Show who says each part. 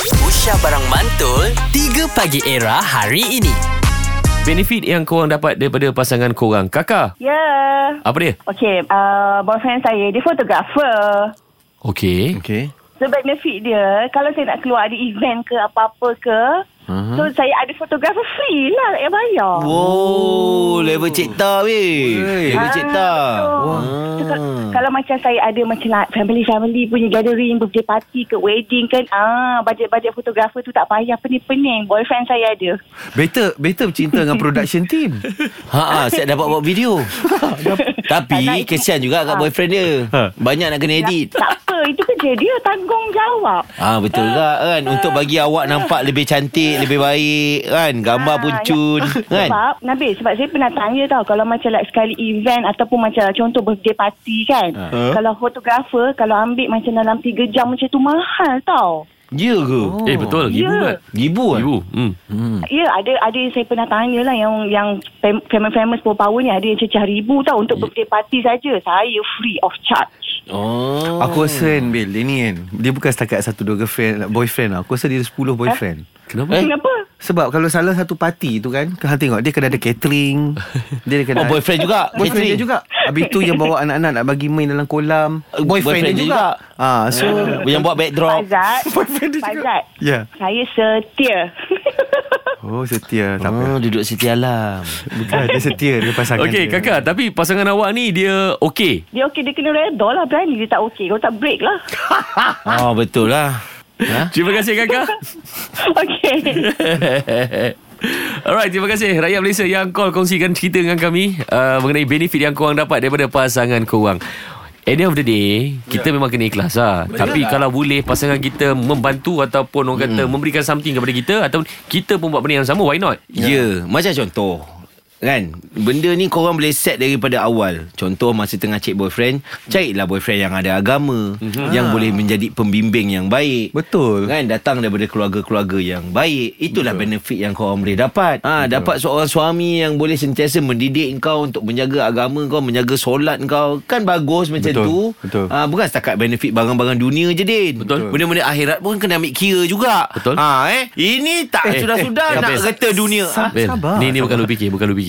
Speaker 1: Aisyah Barang Mantul 3 Pagi Era hari ini
Speaker 2: Benefit yang korang dapat daripada pasangan korang Kakak
Speaker 3: Ya.
Speaker 2: Apa dia?
Speaker 3: Okay, uh, boyfriend saya, dia fotografer.
Speaker 2: Okey
Speaker 4: Okay.
Speaker 3: So, benefit dia, kalau saya nak keluar ada event ke apa-apa ke, uh-huh. so saya ada fotografer free lah, tak payah bayar.
Speaker 4: Wow, level cipta weh. Level cipta.
Speaker 3: Wah. Ah, So, kalau, kalau macam saya ada macam like family-family punya gathering, birthday party ke wedding kan, ah bajet-bajet fotografer tu tak payah pening-pening. Boyfriend saya ada.
Speaker 5: Better Better bercinta dengan production team
Speaker 4: Ha ah, saya dapat buat video. Tapi kesian juga kat boyfriend dia. Banyak nak
Speaker 3: Ya.
Speaker 4: kena edit.
Speaker 3: Tak apa, itu kerja dia tanggungjawab.
Speaker 4: Ah betul juga kan untuk bagi awak nampak lebih cantik, lebih baik kan, gambar
Speaker 3: Ah,
Speaker 4: pun cun
Speaker 3: Kan?
Speaker 4: kan.
Speaker 3: Sebab Nabil Sebab saya pernah tanya tau Kalau macam like sekali event Ataupun macam contoh birthday party kan
Speaker 4: Ha.
Speaker 3: Kalau fotografer Kalau ambil macam dalam 3 jam Macam tu mahal tau
Speaker 4: Ya ke?
Speaker 2: oh. Eh betul Ibu
Speaker 3: Ya.
Speaker 2: kan?
Speaker 4: Ibu kan?
Speaker 2: Ibu hmm.
Speaker 3: hmm. Ya ada ada yang saya pernah tanya lah Yang yang fam- famous-famous power ni Ada yang cecah ribu tau Untuk birthday party saja Saya free of charge
Speaker 4: Oh.
Speaker 5: Aku rasa kan Bil Dia ni kan Dia bukan setakat satu dua girlfriend Boyfriend lah Aku rasa dia ada 10 boyfriend
Speaker 2: Kenapa?
Speaker 4: Eh?
Speaker 3: Kenapa?
Speaker 5: Sebab kalau salah satu parti tu kan Kau tengok Dia kena ada catering Dia kena
Speaker 4: Oh, boyfriend juga.
Speaker 5: Boyfriend dia juga Habis tu yang bawa anak-anak Nak bagi main dalam kolam
Speaker 4: Eh, boyfriend dia juga.
Speaker 5: Ah, So
Speaker 4: Yang buat backdrop.
Speaker 3: Fazat
Speaker 5: Boyfriend dia juga.
Speaker 3: Fazat
Speaker 5: Ya.
Speaker 3: Saya setia
Speaker 5: Oh setia Tak apa
Speaker 4: Oh, duduk setia alam.
Speaker 5: Bukan dia setia Dia pasangan
Speaker 2: Okey
Speaker 5: dia.
Speaker 2: kakak Tapi pasangan awak ni dia okey
Speaker 3: Dia okey dia kena reda lah Berani dia tak okey Kalau tak break lah
Speaker 4: Oh, betul lah. Ha?
Speaker 2: Terima kasih kakak
Speaker 3: Okay
Speaker 2: Alright, terima kasih rakyat Malaysia yang call kongsikan cerita dengan kami uh, mengenai benefit yang korang dapat daripada pasangan korang. At the end of the day, kita
Speaker 4: Ya.
Speaker 2: yeah. memang kena ikhlas lah. Tapi kalau boleh pasangan kita membantu ataupun orang
Speaker 4: Hmm.
Speaker 2: kata memberikan something kepada kita ataupun kita pun buat benda yang sama, why not?
Speaker 4: Ya, yeah. macam contoh. Kan? Benda ni korang boleh set daripada awal. Contoh masa tengah cek boyfriend, carilah boyfriend yang ada agama, mm-hmm. yang boleh menjadi pembimbing yang baik.
Speaker 5: Betul
Speaker 4: Kan datang daripada keluarga-keluarga yang baik. Itulah Betul. benefit yang korang boleh dapat. Ha, dapat seorang suami yang boleh sentiasa mendidik kau untuk menjaga agama kau, menjaga solat kau. Kan bagus macam
Speaker 5: Betul.
Speaker 4: tu.
Speaker 5: Betul.
Speaker 4: Ha, bukan setakat benefit barang-barang dunia je Din.
Speaker 2: Betul.
Speaker 4: Benda-benda akhirat pun kena ambil kira juga.
Speaker 2: Betul.
Speaker 4: Ha eh. Ini tak
Speaker 2: Eh, eh,
Speaker 4: sudah-sudah nak
Speaker 2: Abel.
Speaker 4: reta dunia. Ha?
Speaker 2: Bel,
Speaker 5: sabar,
Speaker 2: ni, ni bukan lu fikir, bukan lu fikir.